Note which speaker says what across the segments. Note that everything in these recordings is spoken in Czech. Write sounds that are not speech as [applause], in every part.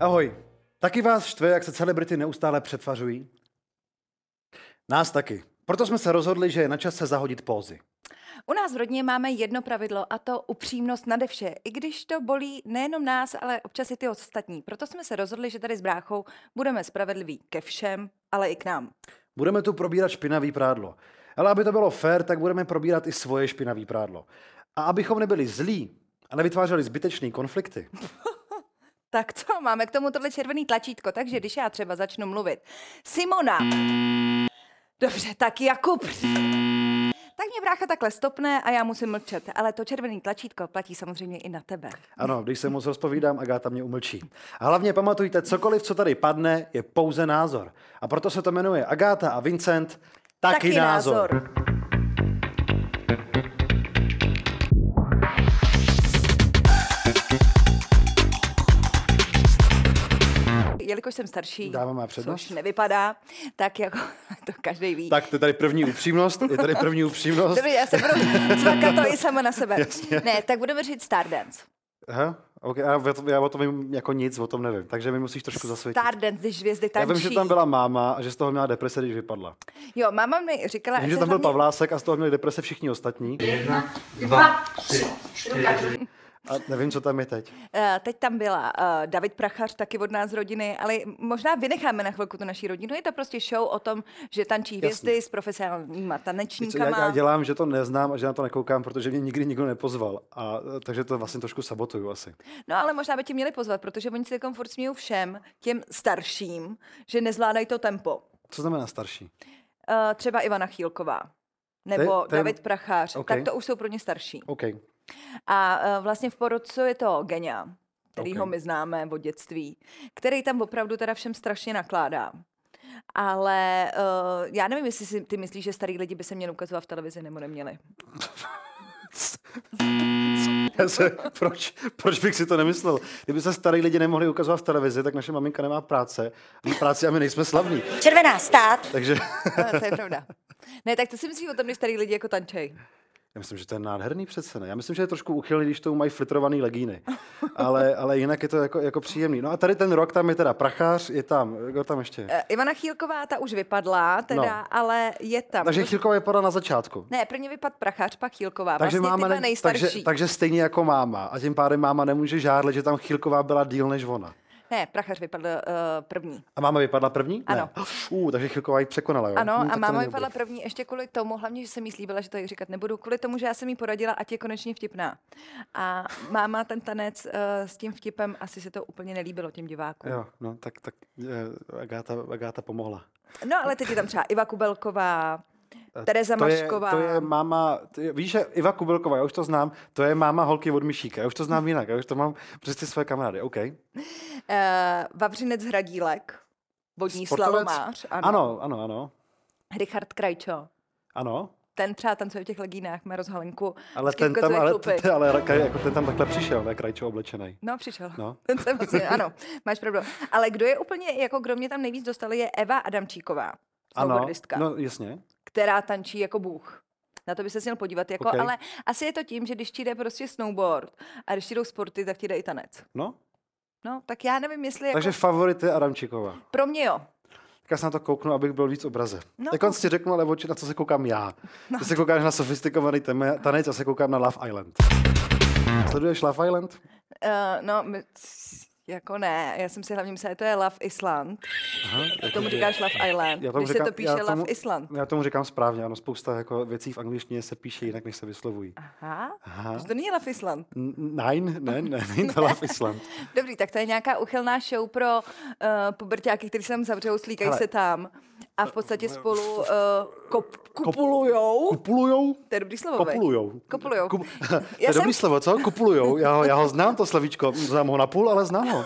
Speaker 1: Ahoj. Taky vás štve, jak se celebrity neustále přetvařují? Nás taky. Proto jsme se rozhodli, že je na čase zahodit pózy.
Speaker 2: U nás v rodině máme jedno pravidlo a to upřímnost nade vše, i když to bolí nejenom nás, ale občas i ty ostatní. Proto jsme se rozhodli, že tady s bráchou budeme spravedliví ke všem, ale i k nám.
Speaker 1: Budeme tu probírat špinavý prádlo. Ale aby to bylo fér, tak budeme probírat i svoje špinavý prádlo. A abychom nebyli zlí a nevytvářeli zbytečný konflikty,
Speaker 2: Tak co, máme k tomu tohle červený tlačítko, takže když já třeba začnu mluvit. Simona! Dobře, tak Jakub! Tak mě brácha takhle stopne a já musím mlčet, ale to červený tlačítko platí samozřejmě i na tebe.
Speaker 1: Ano, když se moc rozpovídám, Agáta mě umlčí. A hlavně pamatujte, cokoliv, co tady padne, je pouze názor. A proto se to jmenuje Agáta a Vincent taky, názor.
Speaker 2: Jelikož jsem starší,
Speaker 1: Dáme má přednost?
Speaker 2: což nevypadá, tak jako [laughs] to každý ví.
Speaker 1: Tak to je tady první upřímnost, je tady první upřímnost.
Speaker 2: Dobrý, já se
Speaker 1: [laughs]
Speaker 2: budu cvakat to i sama na sebe. Ne, tak budeme říct Stardance.
Speaker 1: Aha, okay, já, já o tom vím jako nic, o tom nevím, takže mi musíš trošku zasvětit.
Speaker 2: Stardance, když hvězdy
Speaker 1: Já
Speaker 2: tančí.
Speaker 1: vím, že tam byla máma a že z toho měla deprese, když vypadla.
Speaker 2: Jo, máma mi říkala...
Speaker 1: Vím,
Speaker 2: ať
Speaker 1: že
Speaker 2: se
Speaker 1: tam byl
Speaker 2: hlavně-
Speaker 1: Pavlásek a z toho měli deprese všichni ostatní.
Speaker 3: dva, tři, čtyři.
Speaker 1: A nevím, co tam je teď.
Speaker 2: Eh, Teď tam byla eh, David Prachař, taky od nás z rodiny, ale možná vynecháme na chvilku tu naší rodinu. Je to prostě show o tom, že tančí hvězdy s profesionálníma
Speaker 1: Víš Co, já,
Speaker 2: tanečníkama.
Speaker 1: já dělám, že to neznám a že na to nekoukám, protože mě nikdy nikdo nepozval. A, eh, takže to vlastně trošku sabotuju asi.
Speaker 2: No ale možná by tě měli pozvat, protože oni si komfort smějí všem těm starším, že nezvládají to tempo.
Speaker 1: Co znamená starší?
Speaker 2: Eh, Třeba Ivana Chýlková nebo
Speaker 1: To je- to je-
Speaker 2: David Prachař,
Speaker 1: OK.
Speaker 2: tak to už jsou pro ně starší.
Speaker 1: OK. [laughs]
Speaker 2: A eh, vlastně v porodcu je to Genia, kterýho
Speaker 1: Ok.
Speaker 2: my známe od dětství, který tam opravdu teda všem strašně nakládá. Ale uh, já nevím, jestli si ty myslíš, že starý lidi by se měli ukazovat v televizi nebo neměli.
Speaker 1: Já se, proč, proč bych si to nemyslel? Kdyby se starý lidi nemohli ukazovat v televizi, tak naše maminka nemá práce. Má práci a my nejsme slavní.
Speaker 4: Červená stát.
Speaker 1: Takže
Speaker 2: Eh, to je
Speaker 1: [laughs]
Speaker 2: pravda. Ne, tak to si myslíš o tom, když starý lidi jako tančej.
Speaker 1: já myslím, že to je nádherný přece. Ne? Já myslím, že je trošku uchylný, když to mají flitrovaný
Speaker 2: [laughs]
Speaker 1: legíny. Ale, ale jinak je to jako, jako příjemný. No a tady ten rok, tam je teda prachář, je tam, kdo tam ještě? je?
Speaker 2: Eh, Ivana Chýlková, ta už vypadla, teda,
Speaker 1: No.
Speaker 2: ale je tam.
Speaker 1: Takže
Speaker 2: To-
Speaker 1: Chilková je pada na začátku.
Speaker 2: Ne, prvně vypadl Prachař, pak Chýlková.
Speaker 1: Takže,
Speaker 2: vlastně
Speaker 1: máma
Speaker 2: tyhle
Speaker 1: ne,
Speaker 2: nejstarší.
Speaker 1: takže, takže stejně jako máma. A tím pádem máma nemůže žárlit, že tam Chilková byla díl než ona.
Speaker 2: Ne, Prachař vypadl uh, první.
Speaker 1: A máma vypadla první? Ne.
Speaker 2: Ano.
Speaker 1: Uh, takže Chilková ji překonala, jo?
Speaker 2: Ano,
Speaker 1: Hm,
Speaker 2: a
Speaker 1: tak to
Speaker 2: máma
Speaker 1: není
Speaker 2: vypadla
Speaker 1: dobrý.
Speaker 2: první ještě kvůli tomu, hlavně, že jsem jí slíbila, že to jí říkat nebudu, kvůli tomu, že já jsem jí poradila, ať je konečně vtipná. A máma ten tanec uh, s tím vtipem, asi se to úplně nelíbilo těm divákům.
Speaker 1: Jo, no, tak, tak eh, Agáta, Agáta pomohla.
Speaker 2: No ale teď je tam třeba Iva Kubelková,
Speaker 1: Eh,
Speaker 2: Tereza
Speaker 1: to je,
Speaker 2: Mašková.
Speaker 1: to je máma, to je, víš, že Iva Kubelková, já už to znám, to je máma holky od Myšíka, já už to znám jinak, já už to mám přes ty své kamarády, OK.
Speaker 2: eh, Vavřinec Hradílek, vodní
Speaker 1: Sportovec?
Speaker 2: slalomář. Ano.
Speaker 1: Ano, ano, ano,
Speaker 2: Richard Krajčo. ano.
Speaker 1: ano.
Speaker 2: Ten třeba tancuje v těch legínách, má rozhalenku.
Speaker 1: Ale
Speaker 2: vždycky
Speaker 1: ten tam,
Speaker 2: ukazuje
Speaker 1: ale,
Speaker 2: chlupy.
Speaker 1: ten, ale Rakaj- jako ten tam takhle přišel, ne, krajčo oblečený.
Speaker 2: No, přišel.
Speaker 1: No.
Speaker 2: [laughs] Ten jsem asi, ano, máš pravdu. Ale kdo je úplně, jako kdo mě tam nejvíc dostal, je Eva Adamčíková,
Speaker 1: Ano,
Speaker 2: snowboardistka,
Speaker 1: no jasně.
Speaker 2: která tančí jako bůh. Na to by se měl podívat, jako,
Speaker 1: Ok.
Speaker 2: ale asi je to tím, že když ti jde prostě snowboard a když ti jdou sporty, tak ti jde i tanec.
Speaker 1: No,
Speaker 2: No, tak já nevím, jestli jako,
Speaker 1: takže favorit je Adamčíková.
Speaker 2: pro mě jo.
Speaker 1: Tak já se na to kouknu, abych byl víc obraze.
Speaker 2: No.
Speaker 1: No. Dokonce ti řeknu ale oči, na co se koukám já. No. Ty se koukáš na sofistikovaný teme, tanec, já se koukám na Love Island. Sleduješ Love Island?
Speaker 2: Uh, no, my, jako ne, já jsem si hlavně myslela, to je Love Island.
Speaker 1: Aha,
Speaker 2: Tomu říkáš Love Island, když se to píše
Speaker 1: já tomu,
Speaker 2: Love Island.
Speaker 1: Já tomu říkám správně, ano, spousta jako věcí v angličtině se píše jinak, než se vyslovují.
Speaker 2: Aha,
Speaker 1: Aha.
Speaker 2: že to není Love Island.
Speaker 1: N- Nein, ne, ne, není
Speaker 2: [laughs]
Speaker 1: to Love Island.
Speaker 2: Dobrý, tak to je nějaká uchylná show pro uh, pubertáky, kteří se tam zavřou, slíkají
Speaker 1: Hele. Eh,
Speaker 2: se tam a v podstatě spolu uh, kop, kupulujou.
Speaker 1: Kupulujou?
Speaker 2: To je dobrý slovo, veď?
Speaker 1: Kopulujou.
Speaker 2: Kopulujou.
Speaker 1: Kup... [laughs] to
Speaker 2: Já
Speaker 1: je
Speaker 2: jsem-
Speaker 1: dobrý slovo, co? Kopulujou. Já ho, já ho znám, to slovíčko. Znám ho napůl, ale znám ho.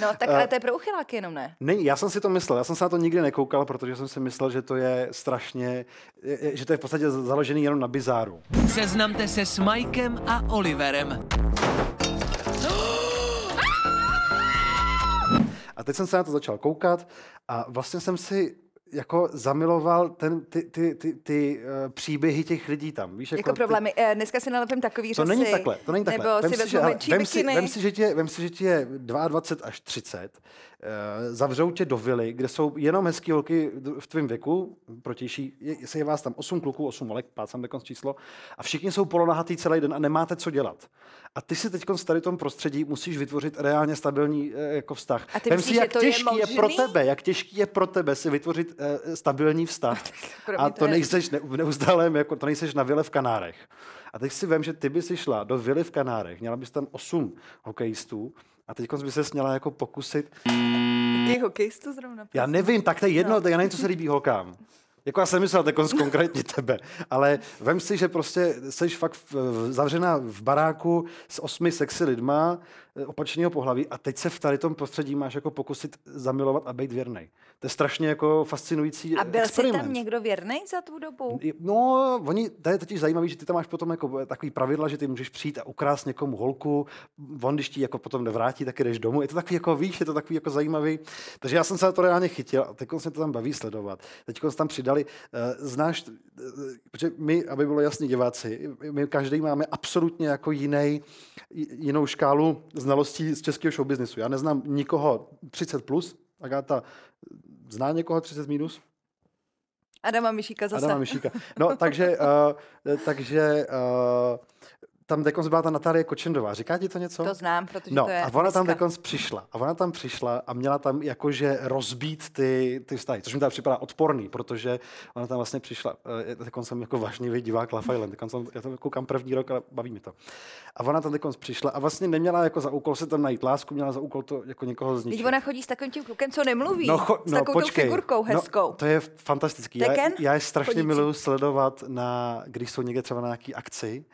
Speaker 2: No, tak ale to je pro uchyláky jenom, ne?
Speaker 1: Ne, já jsem si to myslel, já jsem se na to nikdy nekoukal, protože jsem si myslel, že to je strašně, je- je- že to je v podstatě založený jenom na bizáru.
Speaker 5: Seznamte se s Mikem a Oliverem.
Speaker 1: A teď jsem se na to začal koukat a vlastně jsem si jako zamiloval ten, ty, ty, ty, ty eh, příběhy těch lidí tam. Víš,
Speaker 2: Jako,
Speaker 1: jako ty-
Speaker 2: problémy. eh, Dneska si nalepím
Speaker 1: To
Speaker 2: takový řasy,
Speaker 1: není takhle, to není takhle.
Speaker 2: Nebo
Speaker 1: Vem
Speaker 2: si
Speaker 1: že-
Speaker 2: vezmu
Speaker 1: hele,
Speaker 2: menší
Speaker 1: vem si,
Speaker 2: mikiny.
Speaker 1: vem, si, že tě, vem si, že tě je 22 až 30, eh, zavřou tě do vily, kde jsou jenom hezký holky d- v tvém věku, protější, je, se je vás tam 8 kluků, 8 holek, plácám takové číslo, a všichni jsou polonahatý celý den a nemáte co dělat. A ty si teď z tady tom prostředí musíš vytvořit reálně stabilní eh, jako vztah.
Speaker 2: A ty
Speaker 1: vem
Speaker 2: myslíš,
Speaker 1: si,
Speaker 2: že
Speaker 1: jak
Speaker 2: to je
Speaker 1: těžký je, pro
Speaker 2: možný?
Speaker 1: tebe, jak těžký je pro tebe si vytvořit eh, stabilní
Speaker 2: [laughs]
Speaker 1: vztah.
Speaker 2: pro
Speaker 1: a
Speaker 2: mě to
Speaker 1: to
Speaker 2: je-
Speaker 1: nejsi nejseš ne, v neustálém, jako to nejseš na vile v Kanárech. A teď si vem, že ty by si šla do vily v Kanárech, měla bys tam osm hokejistů a teď by se směla jako pokusit.
Speaker 2: Ty hokejistu zrovna.
Speaker 1: Já nevím, tak to je jedno, tak já nevím, co se líbí holkám. Jako já jsem myslel tak konkrétně tebe, ale vem si, že prostě jsi fakt v, v, zavřená v baráku s osmi sexy lidma eh, opačného pohlaví a teď se v tady tom prostředí máš jako pokusit zamilovat a být věrnej. To je strašně jako fascinující
Speaker 2: A byl jsi
Speaker 1: experiment.
Speaker 2: tam někdo věrný za tu dobu?
Speaker 1: Je- No, oni, to je totiž zajímavé, že ty tam máš potom jako takový pravidla, že ty můžeš přijít a ukrást někomu holku, on když ti jako potom nevrátí, tak jdeš domů. Je to takový jako, víš, je to takový jako zajímavý. Takže já jsem se na to reálně chytil a teď se to tam baví sledovat. Teď se tam přidali, eh, znáš, eh, protože my, aby bylo jasný diváci, my každý máme absolutně jako jiný, jinou škálu znalostí z českého showbiznesu. Já neznám nikoho 30+, plus, Agáta zná někoho 30 minus?
Speaker 2: Adama Mišíka zase.
Speaker 1: Adama Mišíka. No,
Speaker 2: [laughs]
Speaker 1: takže, uh, takže uh, tam dekonc byla ta Natálie Kočendová. Říká ti to něco?
Speaker 2: To znám, protože
Speaker 1: No,
Speaker 2: to je
Speaker 1: a ona tam
Speaker 2: dneska.
Speaker 1: dekonc přišla. A ona tam přišla a měla tam jakože rozbít ty, ty vztahy, což mi tam připadá odporný, protože ona tam vlastně přišla. eh, Dekonc jsem jako vážný divák Love Island, dekonc jsem, já tam koukám první rok, ale baví mi to. A ona tam dekonc přišla a vlastně neměla jako za úkol se tam najít lásku, měla za úkol to jako někoho zničit.
Speaker 2: Teď ona chodí s takovým tím klukem, co nemluví.
Speaker 1: No, cho-
Speaker 2: s takovou tou figurkou hezkou.
Speaker 1: No, to je fantastický.
Speaker 2: To je
Speaker 1: Já,
Speaker 2: Ken
Speaker 1: já je strašně
Speaker 2: chodící.
Speaker 1: miluju sledovat, na, když jsou někde třeba na nějaký akci.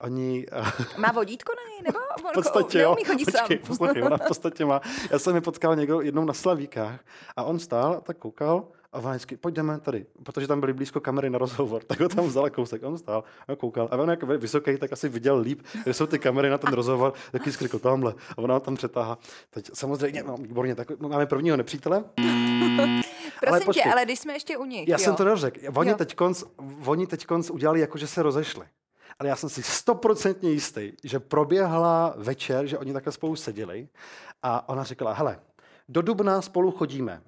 Speaker 1: Oni [laughs]
Speaker 2: Má vodítko na něj, nebo?
Speaker 1: v podstatě, jo,
Speaker 2: neumí chodit [laughs]
Speaker 1: počkej,
Speaker 2: sám.
Speaker 1: poslouchej, ona v podstatě má. Já jsem je potkal někdo jednou na Slavíkách a on stál a tak koukal a ona vždycky, pojďme tady, protože tam byly blízko kamery na rozhovor, [laughs] tak ho tam vzala kousek, on stál a koukal. A on jak byl vysoký, tak asi viděl líp, kde jsou ty kamery na ten rozhovor, tak vždycky řekl tamhle a ona ho tam přetáhá. Teď samozřejmě, no, výborně, tak máme prvního nepřítele,
Speaker 2: Prosím
Speaker 1: počkej.
Speaker 2: tě, ale když jsme ještě u nich,
Speaker 1: Já
Speaker 2: jo.
Speaker 1: jsem to neřekl. Oni
Speaker 2: Jo.
Speaker 1: teď, konc, oni teď konc udělali jako, že se rozešli. Ale já jsem si stoprocentně jistý, že proběhla večer, že oni takhle spolu seděli a ona říkala, hele, do Dubna spolu chodíme.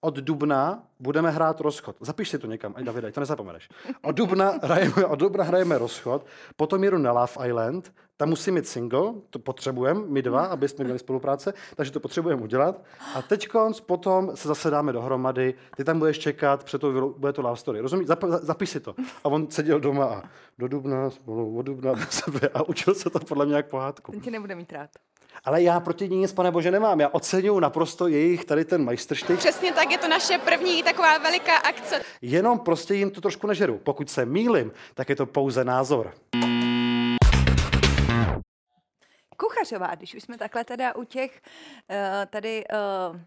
Speaker 1: Od Dubna budeme hrát rozchod. Zapiš si to někam, ať Davide, ať to nezapomeneš. Od Dubna hrajeme, od Dubna hrajeme rozchod, potom jedu na Love Island, tam musím mít single, to potřebujeme, my dva, aby jsme měli spolupráce, takže to potřebujeme udělat. A teď potom se zase dáme dohromady, ty tam budeš čekat, před tou vilou- bude to love story. Rozumíš? Zap, za- zapiš si to. A on seděl doma a do dubna spolu, od dubna do sebe a učil se to podle mě jak pohádku.
Speaker 2: Ten tě nebude mít rád.
Speaker 1: Ale já proti ní nic, pane bože, nemám. Já oceňuji naprosto jejich tady ten majstrštych.
Speaker 4: Přesně tak, je to naše první taková veliká akce.
Speaker 1: Jenom prostě jim to trošku nežeru. Pokud se mýlim, tak je to pouze názor.
Speaker 2: Kuchařová, když už jsme takhle teda u těch eh, tady uh,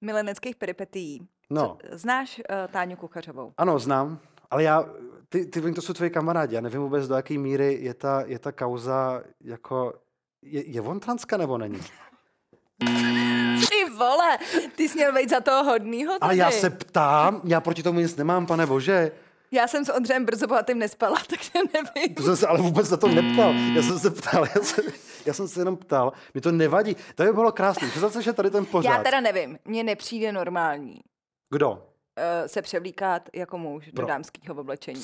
Speaker 2: mileneckých peripetií.
Speaker 1: No.
Speaker 2: Co, znáš uh, Táňu Kuchařovou?
Speaker 1: Ano, znám, ale já, ty, ty vím, to jsou tvoji kamarádi, já nevím vůbec, do jaké míry je ta, je ta kauza jako, je, je on transka nebo
Speaker 2: [laughs]
Speaker 1: není?
Speaker 2: Ty vole, ty jsi měl být za toho hodnýho tady.
Speaker 1: Ale já se ptám, já proti tomu nic nemám, pane bože.
Speaker 2: Já jsem s Ondřejem brzo bohatým nespala, [laughs] takže nevím.
Speaker 1: To jsem se ale vůbec na to neptal. Já jsem se ptal, já jsem, já jsem se jenom ptal. Mi to nevadí. To by bylo krásné. Představ se, že tady ten pořád.
Speaker 2: Já teda nevím, mně nepřijde normální
Speaker 1: Kdo?
Speaker 2: eh, se převlíkat jako muž do
Speaker 1: Pro-
Speaker 2: dámského oblečení.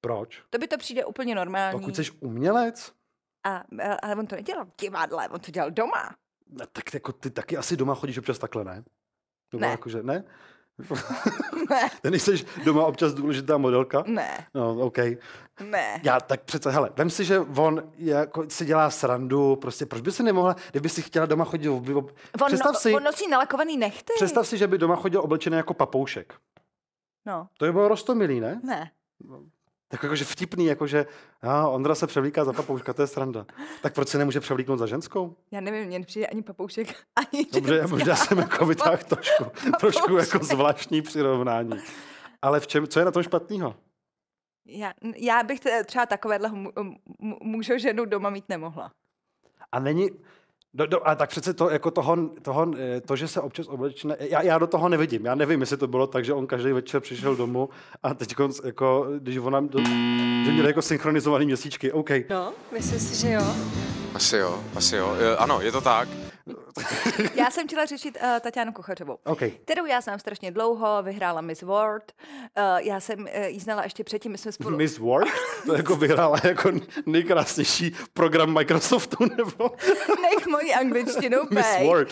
Speaker 1: Proč?
Speaker 2: To by to přijde úplně normální.
Speaker 1: Pokud jsi umělec,
Speaker 2: A, eh, ale on to nedělal v divadle, on to dělal doma. [laughs]
Speaker 1: no, tak jako ty taky asi doma chodíš občas takhle, ne? Nebo
Speaker 2: Ne.
Speaker 1: Jakože, ne?
Speaker 2: Ne,
Speaker 1: Ten jsi doma občas důležitá modelka?
Speaker 2: ne,
Speaker 1: No, OK.
Speaker 2: ne.
Speaker 1: Já tak přece, hele, vem si, že on je jako, si dělá srandu, prostě proč by si nemohla, kdyby si chtěla doma chodit, ob, ob,
Speaker 2: On,
Speaker 1: představ,
Speaker 2: no,
Speaker 1: si,
Speaker 2: on nosí nalakovaný nechty.
Speaker 1: představ si, že by doma chodil oblečený jako papoušek.
Speaker 2: No,
Speaker 1: To by bylo rostomilý, ne?
Speaker 2: ne.
Speaker 1: Tak jakože vtipný, jakože a Ondra se převlíká za papouška, to je sranda. Tak proč se nemůže převlíknout za ženskou?
Speaker 2: Já nevím, mně nepřijde ani papoušek, [laughs] ani
Speaker 1: Dobře, já
Speaker 2: ženská.
Speaker 1: možná jsem jako vytáhl trošku, trošku jako zvláštní přirovnání. Ale v čem, co je na tom špatného?
Speaker 2: Já, já bych t- třeba takovéhle mu- mu- mužo ženu doma mít nemohla.
Speaker 1: A není, No, no, a tak přece to, jako toho, toho, eh, to, že se občas oblečne, já, já do toho nevidím. Já nevím, jestli to bylo tak, že on každý večer přišel domů a teď jako, když ona, do, že měl jako synchronizovaný měsíčky, OK.
Speaker 6: No, myslím si, že jo.
Speaker 7: Asi jo, asi jo. E, Ano, je to tak.
Speaker 2: Já jsem chtěla řešit uh, Tatianu Kochařovou,
Speaker 1: OK.
Speaker 2: kterou já znám strašně dlouho, vyhrála Miss World. Uh, já jsem uh, jí znala ještě předtím, my jsme spolu... [laughs]
Speaker 1: Miss World, to jako vyhrála jako nejkrásnější program Microsoftu, [laughs] nebo
Speaker 2: Nech moji angličtinu
Speaker 1: Miss
Speaker 2: bej.
Speaker 1: World.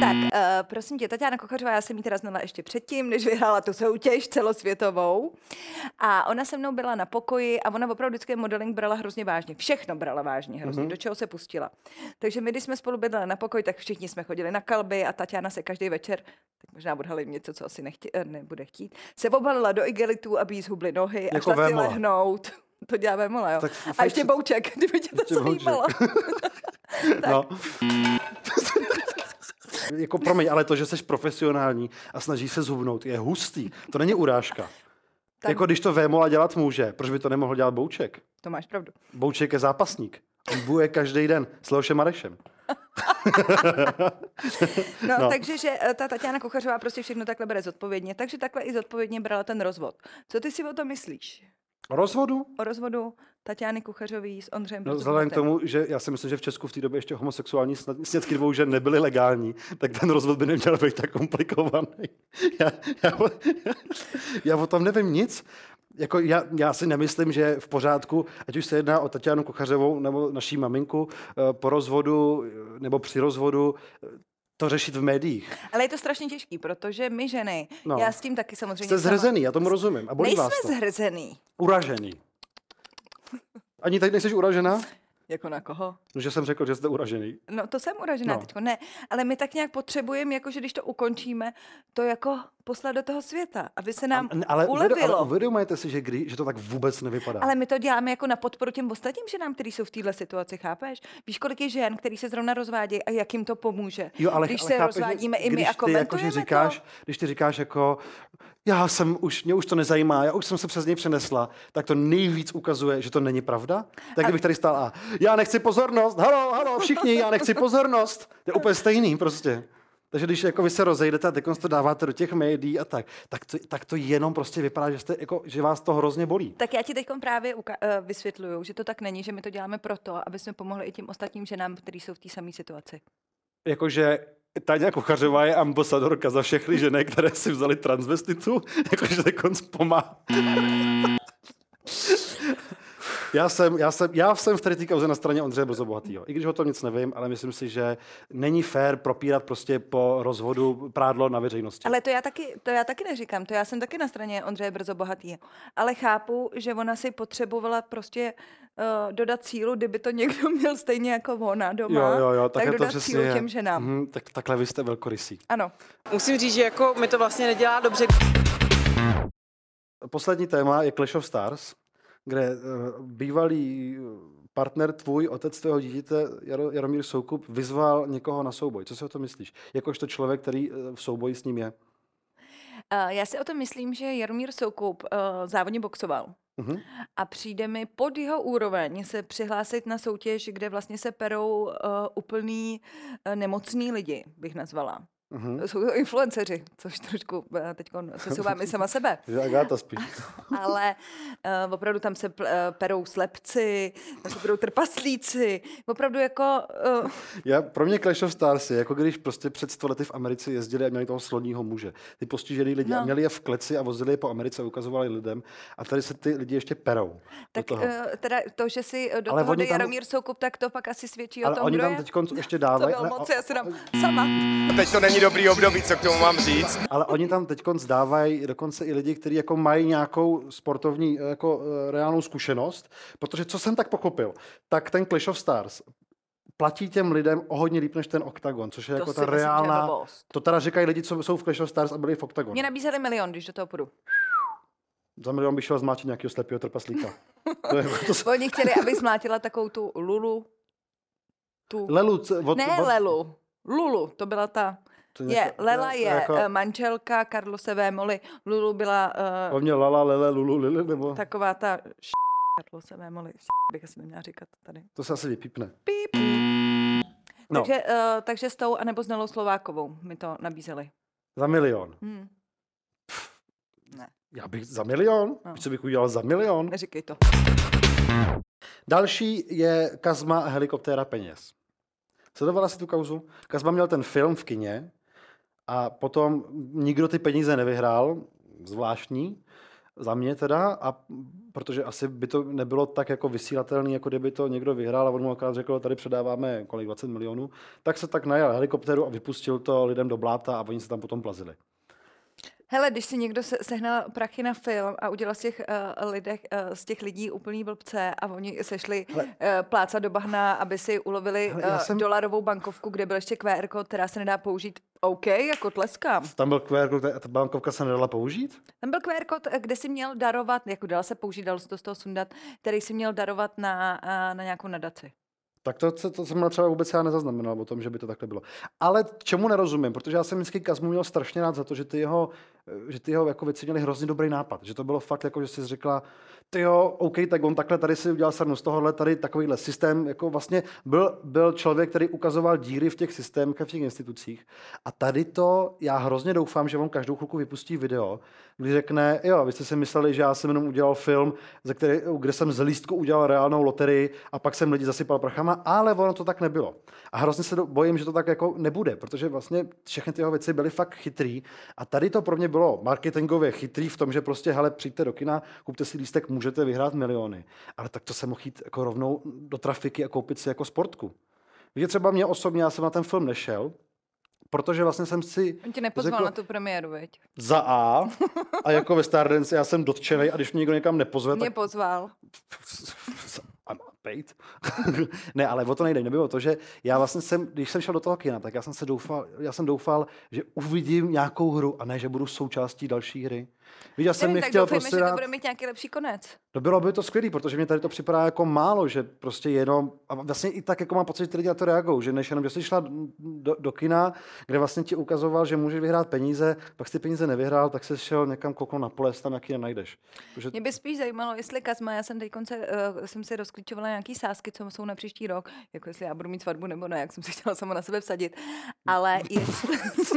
Speaker 2: Tak, uh, prosím tě, Tatiana Kochařová, já jsem ji teda znala ještě předtím, než vyhrála tu soutěž celosvětovou. A ona se mnou byla na pokoji a ona opravdu vždycky modeling brala hrozně vážně. Všechno brala vážně
Speaker 1: Mhm.
Speaker 2: hrozně, mm-hmm. do čeho se pustila. Takže my, když jsme spolu bydleli na pokoji, tak všichni jsme chodili na kalby a Tatiana se každý večer, teď možná odhalím něco, co asi nechtě, eh, nebude chtít, se obalila do igelitů, aby jí zhubly nohy a
Speaker 1: Jako
Speaker 2: šla si
Speaker 1: Vémola.
Speaker 2: lehnout. [laughs] To dělá Vémola, jo.
Speaker 1: Tak
Speaker 2: Tak
Speaker 1: f-
Speaker 2: a ještě
Speaker 1: fakt-
Speaker 2: Bouček, [laughs] kdyby tě
Speaker 1: ještě
Speaker 2: to
Speaker 1: Bouček. [laughs]
Speaker 2: zajímalo.
Speaker 1: No. [laughs] jako promiň, ale to, že jsi profesionální a snažíš se zhubnout, je hustý. To není urážka.
Speaker 2: Tak-
Speaker 1: Jako když to Vémola dělat může, proč by to nemohl dělat Bouček?
Speaker 2: To máš pravdu.
Speaker 1: Bouček je zápasník. On buje každý den s Leošem Marešem.
Speaker 2: No,
Speaker 1: No.
Speaker 2: no, takže že eh, ta Tatiana Kochařová prostě všechno takhle bere zodpovědně, takže takhle i zodpovědně brala ten rozvod. Co ty si o to myslíš?
Speaker 1: O rozvodu?
Speaker 2: O rozvodu Tatiany Kuchařový s
Speaker 1: No,
Speaker 2: Ondřejem Dutovitem?
Speaker 1: vzhledem k tomu, že já si myslím, že v Česku v té době ještě homosexuální snad- sňatky dvou žen nebyly legální, tak ten rozvod by neměl být tak komplikovaný. [laughs] Já, já, o- [laughs] já o tom nevím nic. Jako já, já si nemyslím, že je v pořádku, ať už se jedná o Tatianu Kuchařovou nebo naší maminku, eh, po rozvodu eh, nebo při rozvodu, eh, to řešit v médiích.
Speaker 2: Ale je to strašně těžký, protože my ženy,
Speaker 1: No.
Speaker 2: no. já s tím taky samozřejmě...
Speaker 1: Jste
Speaker 2: sama-
Speaker 1: zhrzený, já tomu rozumím. A bolí
Speaker 2: Nejsme
Speaker 1: vás to.
Speaker 2: zhrzený.
Speaker 1: Uražený. Ani teď nejsi uražená?
Speaker 2: Jako na koho?
Speaker 1: No, že jsem řekl, že jste uražený.
Speaker 2: No to jsem uražená
Speaker 1: No.
Speaker 2: no. teďko, ne. Ale my tak nějak potřebujeme, jakože když to ukončíme, to jako poslat do toho světa, aby se nám
Speaker 1: Am- ale, uvedo-
Speaker 2: ulevilo.
Speaker 1: ale uvědomujete si, že, kdy, že to tak vůbec nevypadá.
Speaker 2: Ale my to děláme jako na podporu těm ostatním ženám, kteří jsou v této situaci, chápeš? Víš, kolik je žen, který se zrovna rozvádějí a jak jim to pomůže? když se
Speaker 1: chápeš, že
Speaker 2: rozvádíme i my
Speaker 1: když
Speaker 2: a
Speaker 1: ty jakože
Speaker 2: komentujeme
Speaker 1: říkáš,
Speaker 2: to.
Speaker 1: Když ty říkáš jako, já jsem už, mě už to nezajímá, já už jsem se přes něj přenesla, tak to nejvíc ukazuje, že to není pravda. Tak kdybych tady stál a já nechci pozornost, halo, halo, všichni, já nechci pozornost. To je úplně stejný prostě. Takže když jako vy se rozejdete a teď to dáváte do těch médií a tak, tak to, tak to jenom prostě vypadá, že, jste, jako, že vás to hrozně bolí.
Speaker 2: Tak já ti teď právě uka- eh, vysvětluju, že to tak není, že my to děláme proto, aby jsme pomohli i těm ostatním ženám, kteří jsou v té samé situaci.
Speaker 1: jakože Táňa Kuchařová je ambasadorka za všechny ženy, které si vzali transvestitu, [laughs] jakože konc pomáhá. [laughs] Já jsem, já, jsem, já jsem v tady té kauze na straně Ondřeje Brzobohatýho. I když o tom nic nevím, ale myslím si, že není fér propírat prostě po rozvodu prádlo na veřejnosti.
Speaker 2: Ale to já taky, to já taky neříkám, to já jsem taky na straně Ondřeje Brzo Bohatýho. Ale chápu, že ona si potřebovala prostě uh, dodat sílu, kdyby to někdo [laughs] měl stejně jako ona doma,
Speaker 1: jo, jo, jo,
Speaker 2: tak
Speaker 1: je to
Speaker 2: dodat
Speaker 1: přesně.
Speaker 2: sílu
Speaker 1: je.
Speaker 2: těm ženám.
Speaker 1: Mhm, tak, takhle vy jste velkorysí.
Speaker 2: Ano.
Speaker 6: Musím říct, že jako mi to vlastně nedělá dobře.
Speaker 1: Poslední téma je Clash of Stars, kde eh, bývalý eh, partner tvůj, otec tvého dítěte, Jaro, Jaromír Soukup, vyzval někoho na souboj. Co si o to myslíš? Jakožto člověk, který eh, v souboji s ním je.
Speaker 2: Uh, já si o tom myslím, že Jaromír Soukup uh, závodně boxoval.
Speaker 1: Mhm.
Speaker 2: A přijde mi pod jeho úroveň se přihlásit na soutěž, kde vlastně se perou uh, úplný uh, nemocný lidi, bych nazvala.
Speaker 1: Mhm.
Speaker 2: Jsou to influenceři, což trošku eh, teď sesouvám i sama sebe.
Speaker 1: Že Agáta
Speaker 2: [laughs]
Speaker 1: spíš.
Speaker 2: ale uh, opravdu tam se pl- uh, perou slepci, tam se perou trpaslíci, opravdu jako... Uh,
Speaker 1: Já, pro mě Clash of Stars je jako když prostě před sto lety v Americe jezdili a měli toho sloního muže. Ty postižený lidi a
Speaker 2: No.
Speaker 1: měli je v kleci a vozili je po Americe a ukazovali lidem. A tady se ty lidi ještě perou.
Speaker 2: tak
Speaker 1: do toho.
Speaker 2: eh, teda to, že si eh, do
Speaker 1: Ale
Speaker 2: ale toho
Speaker 1: oni
Speaker 2: jde
Speaker 1: tam-
Speaker 2: Jaromír Soukup, tak to pak asi svědčí
Speaker 1: Ale
Speaker 2: o tom,
Speaker 1: oni
Speaker 2: kdo
Speaker 1: tam
Speaker 2: je.
Speaker 1: teď
Speaker 2: [laughs]
Speaker 1: ještě
Speaker 2: to
Speaker 1: dávají.
Speaker 2: byl
Speaker 1: ale-
Speaker 2: moc, já si dám sama.
Speaker 7: Teď to není dobrý období, co k tomu mám říct.
Speaker 1: Ale oni tam teď zdávají dokonce i lidi, kteří jako mají nějakou sportovní jako eh, reálnou zkušenost, protože co jsem tak pochopil, tak ten Clash of Stars platí těm lidem o hodně líp než ten Octagon, což je
Speaker 2: To
Speaker 1: jako
Speaker 2: si
Speaker 1: ta
Speaker 2: myslím, že je
Speaker 1: reálná...
Speaker 2: blbost.
Speaker 1: To teda říkají lidi, co jsou v Clash of Stars a byli v Octagonu.
Speaker 2: Mě nabízeli milion, když do toho půjdu.
Speaker 1: Za milion by šel zmáčit nějakého slepého trpaslíka. to je, jako to
Speaker 2: [laughs]
Speaker 1: se...
Speaker 2: Oni chtěli, aby zmlátila takovou tu Lulu. Tu...
Speaker 1: Lelu, co- od,
Speaker 2: ne
Speaker 1: od,
Speaker 2: Lelu. Lulu, to byla ta...
Speaker 1: to
Speaker 2: Je, Lela
Speaker 1: to
Speaker 2: je jako... manželka Karlose Vémoli, Lulu byla eh,
Speaker 1: Po mně Lala, Lele, Lulu, Lili, nebo... Tak...
Speaker 2: taková ta š- Karlose Vémoli, š- bych asi neměla říkat tady.
Speaker 1: To se asi vypípne.
Speaker 2: Píp.
Speaker 1: No.
Speaker 2: Takže, uh, takže s tou anebo s Nelou Slovákovou mi to nabízeli.
Speaker 1: Za milion.
Speaker 2: Hmm.
Speaker 1: Já bych za milion?
Speaker 2: No.
Speaker 1: No. Co bych udělal za milion?
Speaker 2: Neříkej to.
Speaker 1: Další je Kazma a helikoptéra peněz. Sledovala si tu kauzu? Kazma měl ten film v kině a potom nikdo ty peníze nevyhrál, zvláštní, za mě teda, a protože asi by to nebylo tak jako vysílatelný, jako kdyby to někdo vyhrál a on mu akorát řekl, tady předáváme kolik 20 milionů, tak se tak najel helikoptéru a vypustil to lidem do bláta a oni se tam potom plazili.
Speaker 2: Hele, když si někdo se, sehnal prachy na film a udělal z těch, uh, lidech, uh, z těch lidí úplný blbce a oni sešli uh, plácat do bahna, aby si ulovili
Speaker 1: Hele, já
Speaker 2: uh,
Speaker 1: jsem-
Speaker 2: dolarovou bankovku, kde byl ještě QR kód, která se nedá použít. OK, jako tleskám.
Speaker 1: Tam byl QR, kód, ta bankovka se nedala použít?
Speaker 2: Tam byl QR kód, eh, kde si měl darovat, jako dal se použít, dal se to z toho sundat, který si měl darovat na, eh, na nějakou nadaci.
Speaker 1: Tak to, to, to jsem třeba vůbec já nezaznamenal o tom, že by to takhle bylo. Ale čemu nerozumím, protože já jsem vždycky Kazmu měl strašně rád za to, že ty jeho, eh, že ty jeho jako věci měly hrozně dobrý nápad. Že to bylo fakt jako, že jsi řekla, ty jo, OK, tak on takhle tady si udělal srnu z tohohle, tady takovýhle systém, jako vlastně byl, byl člověk, který ukazoval díry v těch systémech, a v těch institucích. A tady to, já hrozně doufám, že on každou chvilku vypustí video, kdy řekne, jo, vy jste si mysleli, že já jsem jenom udělal film, ze který, kde jsem z lístku udělal reálnou loterii a pak jsem lidi zasypal prachama, ale ono to tak nebylo. A hrozně se do- bojím, že to tak jako nebude, protože vlastně všechny ty jeho věci byly fakt chytrý a tady to pro mě bylo marketingově chytrý v tom, že prostě, hele, přijďte do kina, kupte si lístek, můžete vyhrát miliony. Ale tak to se mohl jít jako rovnou do trafiky a koupit si jako sportku. Víte, třeba mě osobně, já jsem na ten film nešel, protože vlastně jsem si...
Speaker 2: On tě nepozval
Speaker 1: řekl-
Speaker 2: na tu premiéru, viď?
Speaker 1: za A a jako ve Stardance já jsem dotčený a když mě někdo někam nepozve,
Speaker 2: Mě
Speaker 1: No tak
Speaker 2: pozval.
Speaker 1: [laughs] I'm paid. [laughs] ne, ale o to nejde, nebylo to, že já vlastně jsem, když jsem šel do toho kina, tak já jsem se doufal, já jsem doufal, že uvidím nějakou hru a ne, že budu součástí další hry. Víš, já jsem
Speaker 2: Nevím, tak
Speaker 1: nechtěl
Speaker 2: doufejme,
Speaker 1: prostě
Speaker 2: že to
Speaker 1: dát...
Speaker 2: bude mít nějaký lepší konec.
Speaker 1: No bylo by to skvělé, protože mě tady to připadá jako málo, že prostě jenom, a vlastně i tak jako mám pocit, že ty lidi na to reagují, že než jenom, že jsi šla do, do kina, kde vlastně ti ukazoval, že můžeš vyhrát peníze, pak jsi ty peníze nevyhrál, tak jsi šel někam kouknout na pole, jestli tam jaký nenajdeš. Protože
Speaker 2: Mě by spíš zajímalo, jestli Kazma, já jsem teď konce, uh, jsem si rozklíčovala nějaký sázky, co jsou na příští rok, jako jestli já budu mít svatbu nebo ne, jak jsem si chtěla sama na sebe vsadit, ale jestli...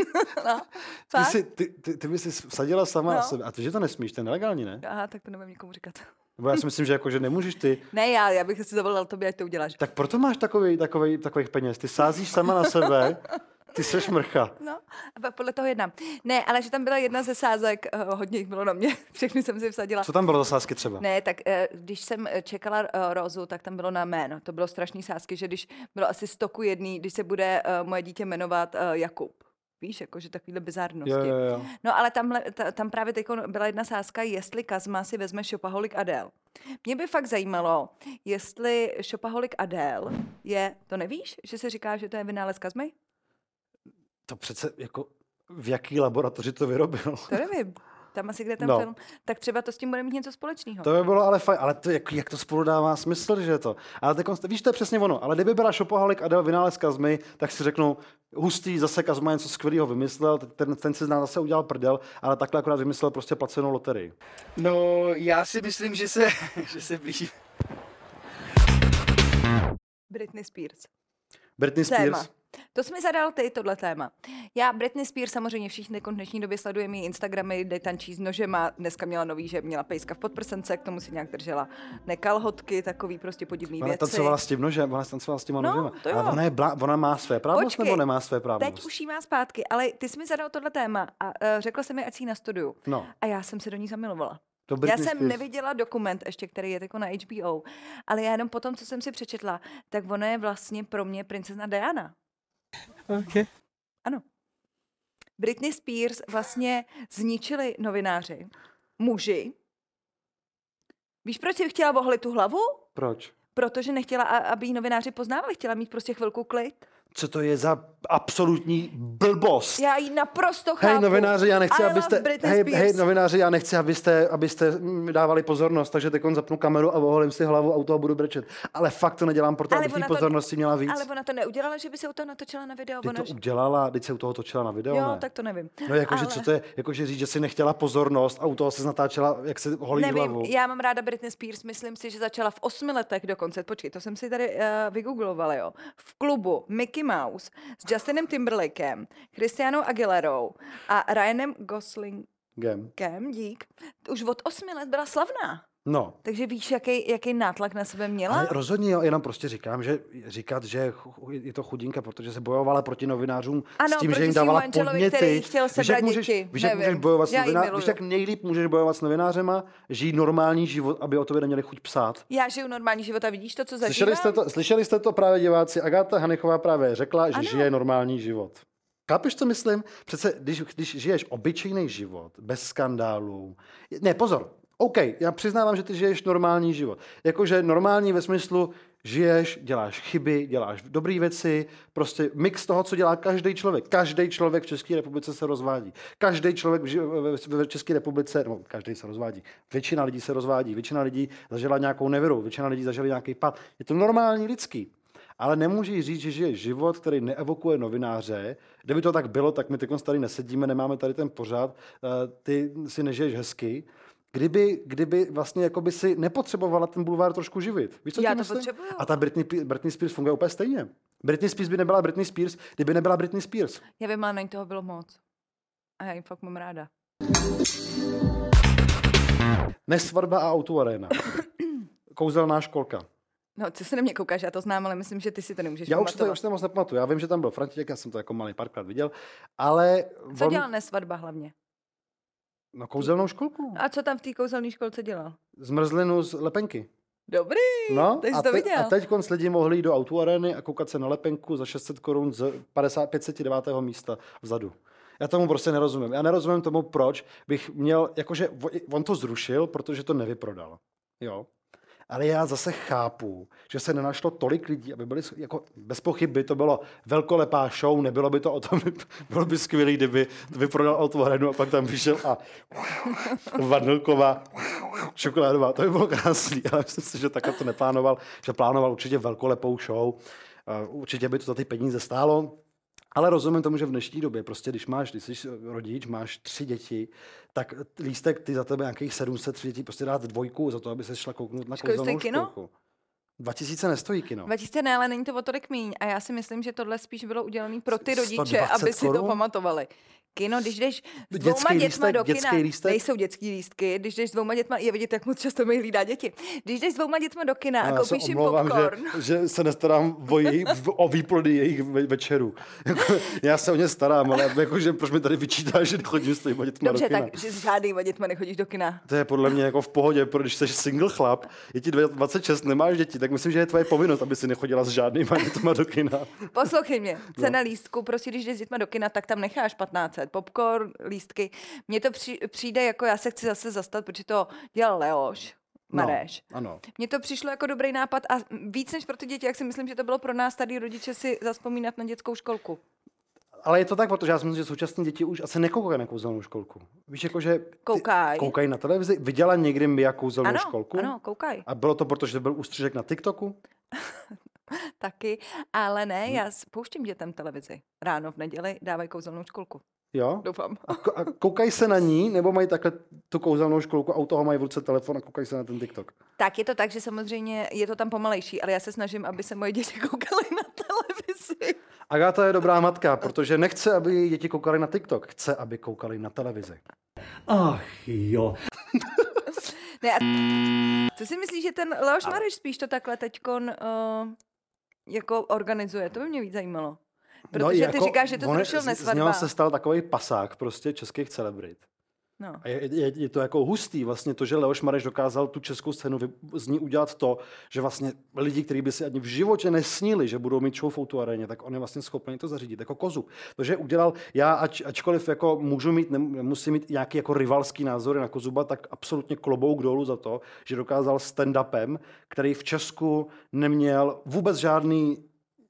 Speaker 2: [laughs] no,
Speaker 1: ty,
Speaker 2: fakt?
Speaker 1: si, ty, ty, ty by si vsadila sama
Speaker 2: No.
Speaker 1: na sebe. A ty, že to nesmíš, to je nelegální, ne?
Speaker 2: Aha, tak to nevím nikomu říkat.
Speaker 1: Nebo já si myslím, že jako, že nemůžeš ty.
Speaker 2: Ne, já, já bych si zavolal tobě, ať to uděláš.
Speaker 1: Tak proto máš takový, takový, takových peněz. Ty sázíš sama na sebe, ty seš mrcha.
Speaker 2: No, a pak podle toho jednám. Ne, ale že tam byla jedna ze sázek, eh, hodně jich bylo na mě, [laughs] všechny jsem si vsadila.
Speaker 1: Co tam bylo za sázky třeba?
Speaker 2: Ne, tak eh, když jsem eh, čekala eh, Rozu, tak tam bylo na jméno. To bylo strašný sázky, že když bylo asi stoku jedný, když se bude eh, moje dítě jmenovat eh, Jakub. Víš, jakože takovýhle bizarnosti.
Speaker 1: Jo, jo, jo.
Speaker 2: No ale tamhle, ta, tam právě teď byla jedna sázka, jestli Kazma si vezme Shopaholic Adele. Mě by fakt zajímalo, jestli Shopaholic Adele je, to nevíš, že se říká, že to je vynález Kazmy?
Speaker 1: To přece jako, v jaký laboratoři to vyrobil?
Speaker 2: To nevím. Tam asi kde ten
Speaker 1: No.
Speaker 2: film. Tak třeba to s tím bude mít něco společného.
Speaker 1: To by bylo ale fajn, ale to, jak, jak to spolu dává smysl, že to. Ale teď, víš, to je přesně ono, ale kdyby byla Šopoholik a dal vynález Kazmy, tak si řeknou, hustý, zase Kazma něco skvělého vymyslel, ten, ten si z nás zase udělal prdel, ale takhle akorát vymyslel prostě placenou loterii.
Speaker 8: No, já si myslím, že se, že se blíží.
Speaker 2: Britney Spears.
Speaker 1: Britney
Speaker 2: téma.
Speaker 1: Spears.
Speaker 2: To jsi mi zadal ty, tohle téma. Já Britney Spears samozřejmě všichni v dnešní době sledujeme její Instagramy, kde tančí s nožema, dneska měla nový, že měla pejska v podprsence, k tomu si nějak držela nekalhotky, takový prostě podivný
Speaker 1: Ona
Speaker 2: věci.
Speaker 1: tancovala s tím nožem, ona tancovala s těma
Speaker 2: No,
Speaker 1: nožema.
Speaker 2: to jo.
Speaker 1: Ale ona, je blá, ona má své právnost
Speaker 2: Počkej,
Speaker 1: nebo nemá své právnost?
Speaker 2: Teď už jí má zpátky, ale ty jsi mi zadal tohle téma a uh, řekla jsi mi, ať si ji nastuduju.
Speaker 1: No,
Speaker 2: A já jsem se do ní zamilovala.
Speaker 1: to
Speaker 2: Já
Speaker 1: Britney
Speaker 2: jsem
Speaker 1: Spears.
Speaker 2: neviděla dokument ještě, který je jako na HBO, ale já jenom potom, co jsem si přečetla, tak ona je vlastně pro mě princezna Diana.
Speaker 6: Okay.
Speaker 2: Britney Spears vlastně zničili novináři, muži. Víš, proč si chtěla vohlit tu hlavu?
Speaker 1: Proč?
Speaker 2: Protože nechtěla, a- aby ji novináři poznávali, chtěla mít prostě chvilku klid.
Speaker 1: Co to je za absolutní blbost?
Speaker 2: Já ji naprosto chápu.
Speaker 1: Hej novináři, já nechci,
Speaker 2: I love
Speaker 1: abyste,
Speaker 2: Britney
Speaker 1: hej,
Speaker 2: Spears.
Speaker 1: hej, novináři, já nechci, abyste, abyste mi dávali pozornost, takže teď zapnu kameru a oholím si hlavu a u toho budu brečet. Ale fakt to nedělám proto,
Speaker 2: Ale
Speaker 1: aby té
Speaker 2: ona to-
Speaker 1: pozornosti měla víc.
Speaker 2: Ale ona to neudělala, že by se u toho natočila na video.
Speaker 1: Ty
Speaker 2: ona,
Speaker 1: to
Speaker 2: že-
Speaker 1: udělala, teď se u toho točila na video,
Speaker 2: jo,
Speaker 1: ne?
Speaker 2: tak to nevím.
Speaker 1: No jakože
Speaker 2: ale-
Speaker 1: co to je, jakože říct, že si nechtěla pozornost a u toho se natáčela, jak se holí
Speaker 2: Nevím,
Speaker 1: hlavu.
Speaker 2: já mám ráda Britney Spears, myslím si, že začala eh, v osmi letech dokonce. Počkej, to jsem si tady uh, vygooglovala, jo. V klubu Mickey Mouse s Justinem Timberlakem, Christianou Aguilarou a Ryanem Goslingem,
Speaker 1: Gem.
Speaker 2: dík, už od osmi let byla slavná.
Speaker 1: No,
Speaker 2: Takže víš, jaký, jaký nátlak na sebe měla?
Speaker 1: Ale rozhodně jo, jenom prostě říkám, že říkat, že chu- je to chudinka, protože se bojovala proti novinářům
Speaker 2: Ano,
Speaker 1: s tím,
Speaker 2: proti
Speaker 1: že jim
Speaker 2: svým
Speaker 1: dávala
Speaker 2: manželovi, který
Speaker 1: podněty.
Speaker 2: chtěl
Speaker 1: víš,
Speaker 2: sebrat
Speaker 1: jak můžeš,
Speaker 2: děti.
Speaker 1: víš, jak
Speaker 2: Nevím.
Speaker 1: můžeš bojovat s
Speaker 2: Já ji
Speaker 1: novináři,
Speaker 2: miluju.
Speaker 1: víš, jak nejlíp můžeš bojovat s novinářema, žijí normální život, aby o tobě neměli chuť psát.
Speaker 2: Já žiju normální život a vidíš to, co zažívám?
Speaker 1: Slyšeli jste, to, slyšeli jste to právě diváci, Agáta Hanechová právě řekla, že ano. žije normální život. Chápeš, co myslím? Přece, když, když žiješ obyčejný život, bez skandálů... Ne, pozor, OK, já přiznávám, že ty žiješ normální život. Jakože normální ve smyslu, žiješ, děláš chyby, děláš dobré věci, prostě mix toho, co dělá každý člověk. Každý člověk v České republice se rozvádí. Každý člověk v ži- ve- ve České republice, no, každý se rozvádí. Většina lidí se rozvádí, většina lidí zažila nějakou neveru, většina lidí zažila nějaký pad. Je to normální lidský. Ale nemůžeš říct, že žije život, který neevokuje novináře. Kdyby to tak bylo, tak my teď tady nesedíme, nemáme tady ten pořád, eh, ty si nežiješ hezky. Kdyby, kdyby vlastně jakoby si nepotřebovala ten bulvár trošku živit. Víš, co
Speaker 2: Já
Speaker 1: tím
Speaker 2: to
Speaker 1: myslím?
Speaker 2: potřebuju.
Speaker 1: A ta Britney, Pe- Britney Spears funguje úplně stejně. Britney Spears by nebyla Britney Spears, kdyby nebyla Britney Spears.
Speaker 2: Já vím, ale na ní toho bylo moc. A já ji fakt mám ráda.
Speaker 1: Nesvatba a
Speaker 2: [clears throat]
Speaker 1: autoarena. Kouzelná školka.
Speaker 2: No, co se na mě koukáš, já to znám, ale myslím, že ty si to nemůžeš
Speaker 1: Já už to,
Speaker 2: pamatovat.
Speaker 1: já už to moc nepamatuju. Já vím, že tam byl František, já jsem to jako malý párkrát viděl, ale
Speaker 2: Co dělal nesvadba hlavně?
Speaker 1: no, kouzelnou školku.
Speaker 2: A co tam v té kouzelné školce dělal?
Speaker 1: Zmrzlinu z lepenky.
Speaker 2: Dobrý.
Speaker 1: No,
Speaker 2: tak jsi
Speaker 1: a,
Speaker 2: to
Speaker 1: te-
Speaker 2: viděl.
Speaker 1: a teď konc lidi mohli jít do autoareny a koukat se na lepenku za 600 korun z 50, 509. místa vzadu. Já tomu prostě nerozumím. Já nerozumím tomu, proč bych měl, jakože vo- on to zrušil, protože to nevyprodal. Jo. Ale já zase chápu, že se nenašlo tolik lidí, aby byli, s- jako bez pochyby to bylo velkolepá show, nebylo by to o tom, [laughs] bylo by skvělý, kdyby vyprodal autoarenu a pak tam vyšel a vanilková, čokoládová, to by bylo krásný, ale myslím si, že takhle to neplánoval, že plánoval určitě velkolepou show, eh, určitě by to za ty peníze stálo, ale rozumím tomu, že v dnešní době, prostě když máš, když jsi rodič, máš tři děti, tak lístek ty za tebe nějakých 700 tři dětí prostě dát dvojku za to, aby se šla kouknout na
Speaker 2: Škoda, stojí
Speaker 1: kouzelnou
Speaker 2: kino?
Speaker 1: školku. 2000 nestojí kino.
Speaker 2: 2000 ne, ale není to o tolik míň. A já si myslím, že tohle spíš bylo udělané pro ty
Speaker 1: 120
Speaker 2: rodiče, aby si to
Speaker 1: korun?
Speaker 2: pamatovali. Kino, když jdeš
Speaker 1: Dětský
Speaker 2: s dvouma dětma
Speaker 1: lístek,
Speaker 2: do
Speaker 1: dětský
Speaker 2: kina,
Speaker 1: lístek?
Speaker 2: nejsou dětský lístky, když jdeš s dvouma dětma, je vidět, jak moc často mi hlídá děti. Když jdeš s dvouma dětma do kina a,
Speaker 1: já se
Speaker 2: koupíš jim
Speaker 1: omlouvám,
Speaker 2: popcorn,
Speaker 1: že, že se nestarám o, její, o výplody jejich ve- večerů. [laughs] Jako, já se o ně starám, ale jakože proč mi tady vyčítáš, že chodím s těmi dětmi
Speaker 2: Dobře,
Speaker 1: do kina?
Speaker 2: tak že s žádnýma dětma nechodíš do kina.
Speaker 1: To je podle mě jako v pohodě, protože když jsi single chlap, je ti 26, nemáš děti, tak myslím, že je tvoje povinnost, aby si nechodila s žádnýma dětma do kina.
Speaker 2: Poslouchej mě,
Speaker 1: No.
Speaker 2: cena lístku, prostě když jdeš s dětma do kina, tak tam necháš 1500, popcorn, lístky. Mně to při, přijde jako, já se chci zase zastat, protože to dělal Leoš, [laughs] Mareš.
Speaker 1: No, ano.
Speaker 2: Mně to přišlo jako dobrý nápad a víc než pro ty děti, jak si myslím, že to bylo pro nás tady rodiče si zaspomínat na dětskou školku.
Speaker 1: Ale je to tak, protože já si myslím, že současné děti už asi nekoukají na kouzelnou školku. Víš, jako, že ty-
Speaker 2: Koukaj.
Speaker 1: koukají na televizi. Viděla někdy Mia kouzelnou
Speaker 2: ano,
Speaker 1: školku?
Speaker 2: ano, koukaj.
Speaker 1: A bylo to proto, že to byl ústřižek na TikToku?
Speaker 2: Taky, ale ne, já s- pouštím dětem televizi. Ráno v neděli dávají kouzelnou školku.
Speaker 1: Jo?
Speaker 2: Doufám.
Speaker 1: A, ko- a koukají se na ní, nebo mají takhle tu kouzelnou školku a u toho mají v ruce telefon a koukají se na ten TikTok?
Speaker 2: Tak je to tak, že samozřejmě je to tam pomalejší, ale já se snažím, aby se moje děti [laughs] koukaly na televizi.
Speaker 1: Agáta je dobrá matka, protože nechce, aby její děti koukali na TikTok, chce, aby koukali na televizi.
Speaker 2: Ne, a... Co si myslíš, že ten Leoš Mareš spíš to takhle teďkon uh, jako organizuje? To by mě víc zajímalo. Protože ty říkáš, že to
Speaker 1: No, jako on je-
Speaker 2: zrušil
Speaker 1: z- Z
Speaker 2: nesvadba.
Speaker 1: něho se stal takový pasák prostě českých celebrit.
Speaker 2: No.
Speaker 1: A je, je, je to jako hustý vlastně to, že Leoš Mareš dokázal tu českou scénu vy, z ní udělat to, že vlastně lidi, kteří by si ani v životě nesnili, že budou mít show v tu aréně, tak on je vlastně schopný to zařídit jako kozu. To, že udělal, já ač, ačkoliv jako můžu mít, nem- musím mít nějaký jako rivalský názory na Kozuba, tak absolutně klobouk dolů za to, že dokázal stand-upem, který v Česku neměl vůbec žádný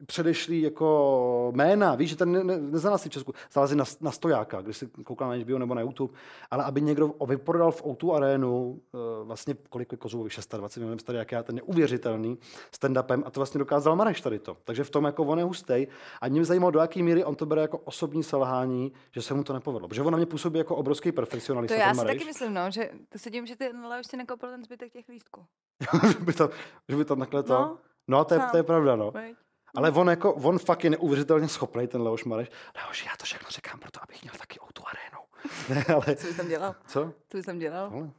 Speaker 1: předešlý jako jména, víš, že ten ne, ne, nezarazí v Česku, zarazí na, na stojáka, když si koukal na HBO nebo na YouTube, ale aby někdo o- vyprodal v O2 arénu eh, vlastně kolik je kozů, 26 milionů tady, jak já, ten neuvěřitelný stand-upem a to vlastně dokázal Mareš tady to. Takže v tom jako on je hustej a mě zajímalo, do jaké míry on to bere jako osobní selhání, že se mu to nepovedlo, protože on na mě působí jako obrovský
Speaker 2: To
Speaker 1: perfekcionalista,
Speaker 2: já
Speaker 1: ten
Speaker 2: si
Speaker 1: Mareš,
Speaker 2: taky myslím, no, že to se dím, že ten Leoš si nekoupil ten zbytek těch lístků.
Speaker 1: [laughs] že by tam, že by tam takhle to...
Speaker 2: No,
Speaker 1: No, to je,
Speaker 2: sám.
Speaker 1: to je pravda, no.
Speaker 2: Veď?
Speaker 1: Ale on, jako, on fakt je neuvěřitelně schopný, ten Leoš Mareš. Leoš, já to všechno říkám, proto abych měl taky o tu arénu. Ne, ale
Speaker 2: Co jsi tam dělal?
Speaker 1: co?
Speaker 2: Co jsi tam dělal?
Speaker 1: Ale.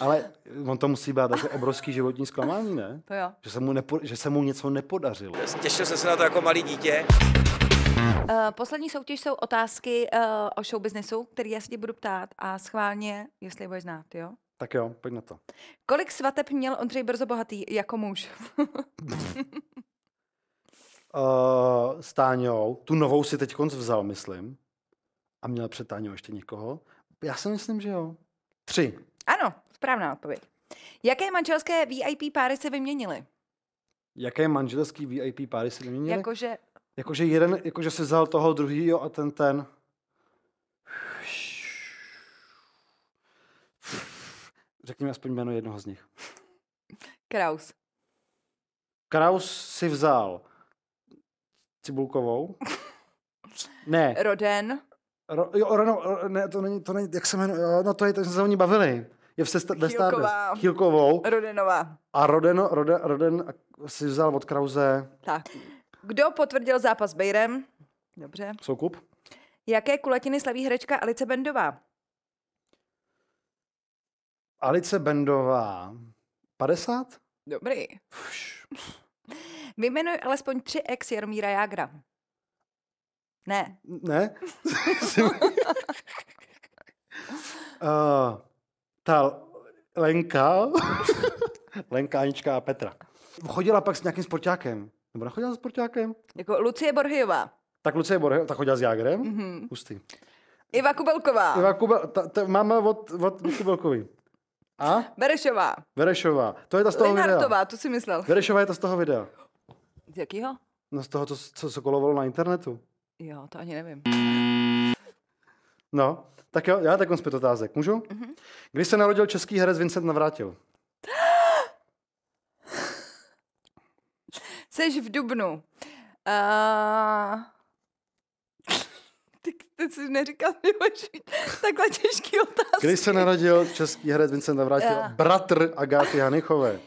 Speaker 1: ale on to musí být jako obrovský životní zklamání, ne?
Speaker 2: To jo.
Speaker 1: Že se mu, nepo, že se mu něco nepodařilo.
Speaker 9: Těšil jsem se na to jako malý dítě.
Speaker 2: Uh, poslední soutěž jsou otázky uh, o showbiznesu, který já se tě budu ptát a schválně, jestli je budeš znát, jo?
Speaker 1: Tak jo, pojď na to.
Speaker 2: Kolik svateb měl Ondřej Brzo Bohatý jako muž?
Speaker 1: Uh, s Táňou, tu novou si teď konc vzal, myslím. A měl před Táňou ještě někoho. Já si myslím, že jo. Tři.
Speaker 2: ano, správná odpověď. Jaké manželské VIP páry se vyměnily?
Speaker 1: Jaké manželský VIP páry si vyměnili?
Speaker 2: Jakože
Speaker 1: Jakože jeden, jakože si vzal toho druhýho a ten ten. Řekni mi aspoň jméno jednoho z nich.
Speaker 2: Kraus.
Speaker 1: Kraus si vzal Cibulkovou. Ne,
Speaker 2: Roden.
Speaker 1: ro, jo, Rano, ro, ne, to není, to není, jak se jmenuje, jo, no to je, tak jsme se o ní bavili. Je v sesta, ve Stardust.
Speaker 2: Chýlková.
Speaker 1: Chýlkovou.
Speaker 2: Rodenová.
Speaker 1: A Roden, Roden, Roden si vzal od Krause
Speaker 2: Tak. Kdo potvrdil zápas s Bejrem? Dobře.
Speaker 1: soukup.
Speaker 2: Jaké kulatiny slaví herečka Alice Bendová?
Speaker 1: Alice Bendová. 50?
Speaker 2: Dobrý. Vyjmenuj alespoň tři ex Jaromíra Jágra. Ne,
Speaker 1: Ne? [laughs] uh, ta Lenka, [laughs] Lenka, Anička a Petra. Chodila pak s nějakým sportákem. Nebo nechodila s sportákem?
Speaker 2: jako Lucie Borhyová,
Speaker 1: Tak Lucie Borhe, tak chodila s Jágrem.
Speaker 2: Mhm.
Speaker 1: Mm-hmm. Hustý.
Speaker 2: Iva Kubelková,
Speaker 1: Iva Kubel, ta, ta, máme od, od Kubelkovi. A
Speaker 2: Berešová,
Speaker 1: Verešová. To je ta z toho videa.
Speaker 2: Linartová, tu si myslel.
Speaker 1: Verešová je ta z toho videa.
Speaker 2: Z jakýho?
Speaker 1: No z toho, co, co se kolovalo na internetu.
Speaker 2: Jo, to ani nevím.
Speaker 1: No, tak jo, já takhle zpět otázek. Můžu? Mm-hmm. Kdy se narodil český herec Vincent Navrátil?
Speaker 2: Seš v Dubnu. [laughs] Uh... Ty, ty jsi neříkal, že budeš mít takhle těžký otázky.
Speaker 1: Kdy se narodil český herec Vincent Navrátil?
Speaker 2: Eh.
Speaker 1: Bratr Agáty
Speaker 2: [laughs]
Speaker 1: Hanychové.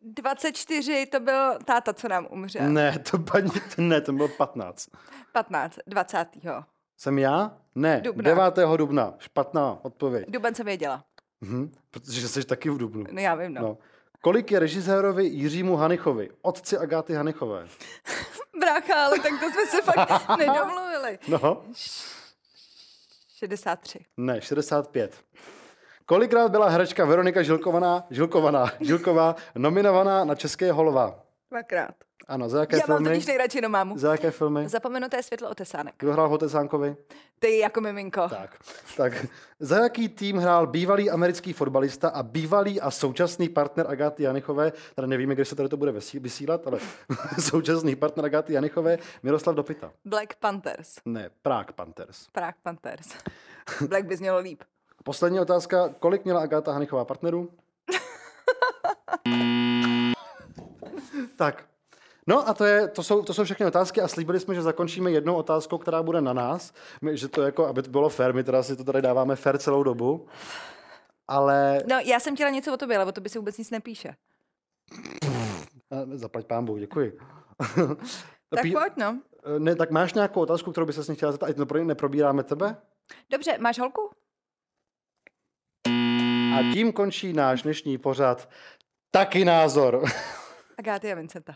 Speaker 2: 24, to byl táta, co nám umřel.
Speaker 1: Ne, to paní, to ne, to byl 15.
Speaker 2: 15, 20.
Speaker 1: Jsem já? Ne,
Speaker 2: Dubna.
Speaker 1: 9. dubna. Špatná odpověď.
Speaker 2: Duben jsem věděla.
Speaker 1: Mhm, protože jsi taky v dubnu.
Speaker 2: No já vím, no. no.
Speaker 1: No. Kolik je režisérovi Jiřímu Hanychovi, otci Agáty Hanychové?
Speaker 2: Brácha, ale tak to jsme se
Speaker 1: [laughs]
Speaker 2: fakt nedomluvili.
Speaker 1: No,
Speaker 2: 63.
Speaker 1: ne, 65. Kolikrát byla herečka Veronika Žilkovaná, Žilkovaná, Žilková nominovaná na České holva?
Speaker 2: Dvakrát.
Speaker 1: Ano, za jaké
Speaker 2: Já mám
Speaker 1: filmy?
Speaker 2: totiž nejradši jenom mámu.
Speaker 1: Za jaké filmy?
Speaker 2: Zapomenuté světlo otesánek.
Speaker 1: Kdo hrál Hotezánkovi?
Speaker 2: Ty jako miminko.
Speaker 1: Tak, tak. Za jaký tým hrál bývalý americký fotbalista a bývalý a současný partner Agáty Janichové, teda nevíme, kde se tady to bude vesí- vysílat, ale [laughs] současný partner Agáty Janichové, Miroslav Dopita.
Speaker 2: Black Panthers.
Speaker 1: Ne, Prague Panthers.
Speaker 2: Prague Panthers.
Speaker 1: [laughs]
Speaker 2: Black by znělo líp.
Speaker 1: Poslední otázka, kolik měla Agáta Hanichová partnerů? tak, No a to, je, to, jsou, to jsou všechny otázky a slíbili jsme, že zakončíme jednou otázkou, která bude na nás. My, že to jako, aby to bylo fair, my teda si to tady dáváme fair celou dobu. Ale
Speaker 2: No, já jsem chtěla něco o tobě, ale o tobě se vůbec nic nepíše.
Speaker 1: eh, zaplať pámbu, děkuji.
Speaker 2: Tak
Speaker 1: Pí-
Speaker 2: pojď, no.
Speaker 1: eh, ne, tak máš nějakou otázku, kterou bys se chtěla zeptat, ať nepro- neprobíráme tebe?
Speaker 2: Dobře, máš holku?
Speaker 1: A tím končí náš dnešní pořad. Taky názor.
Speaker 2: Agáty a Vincenta.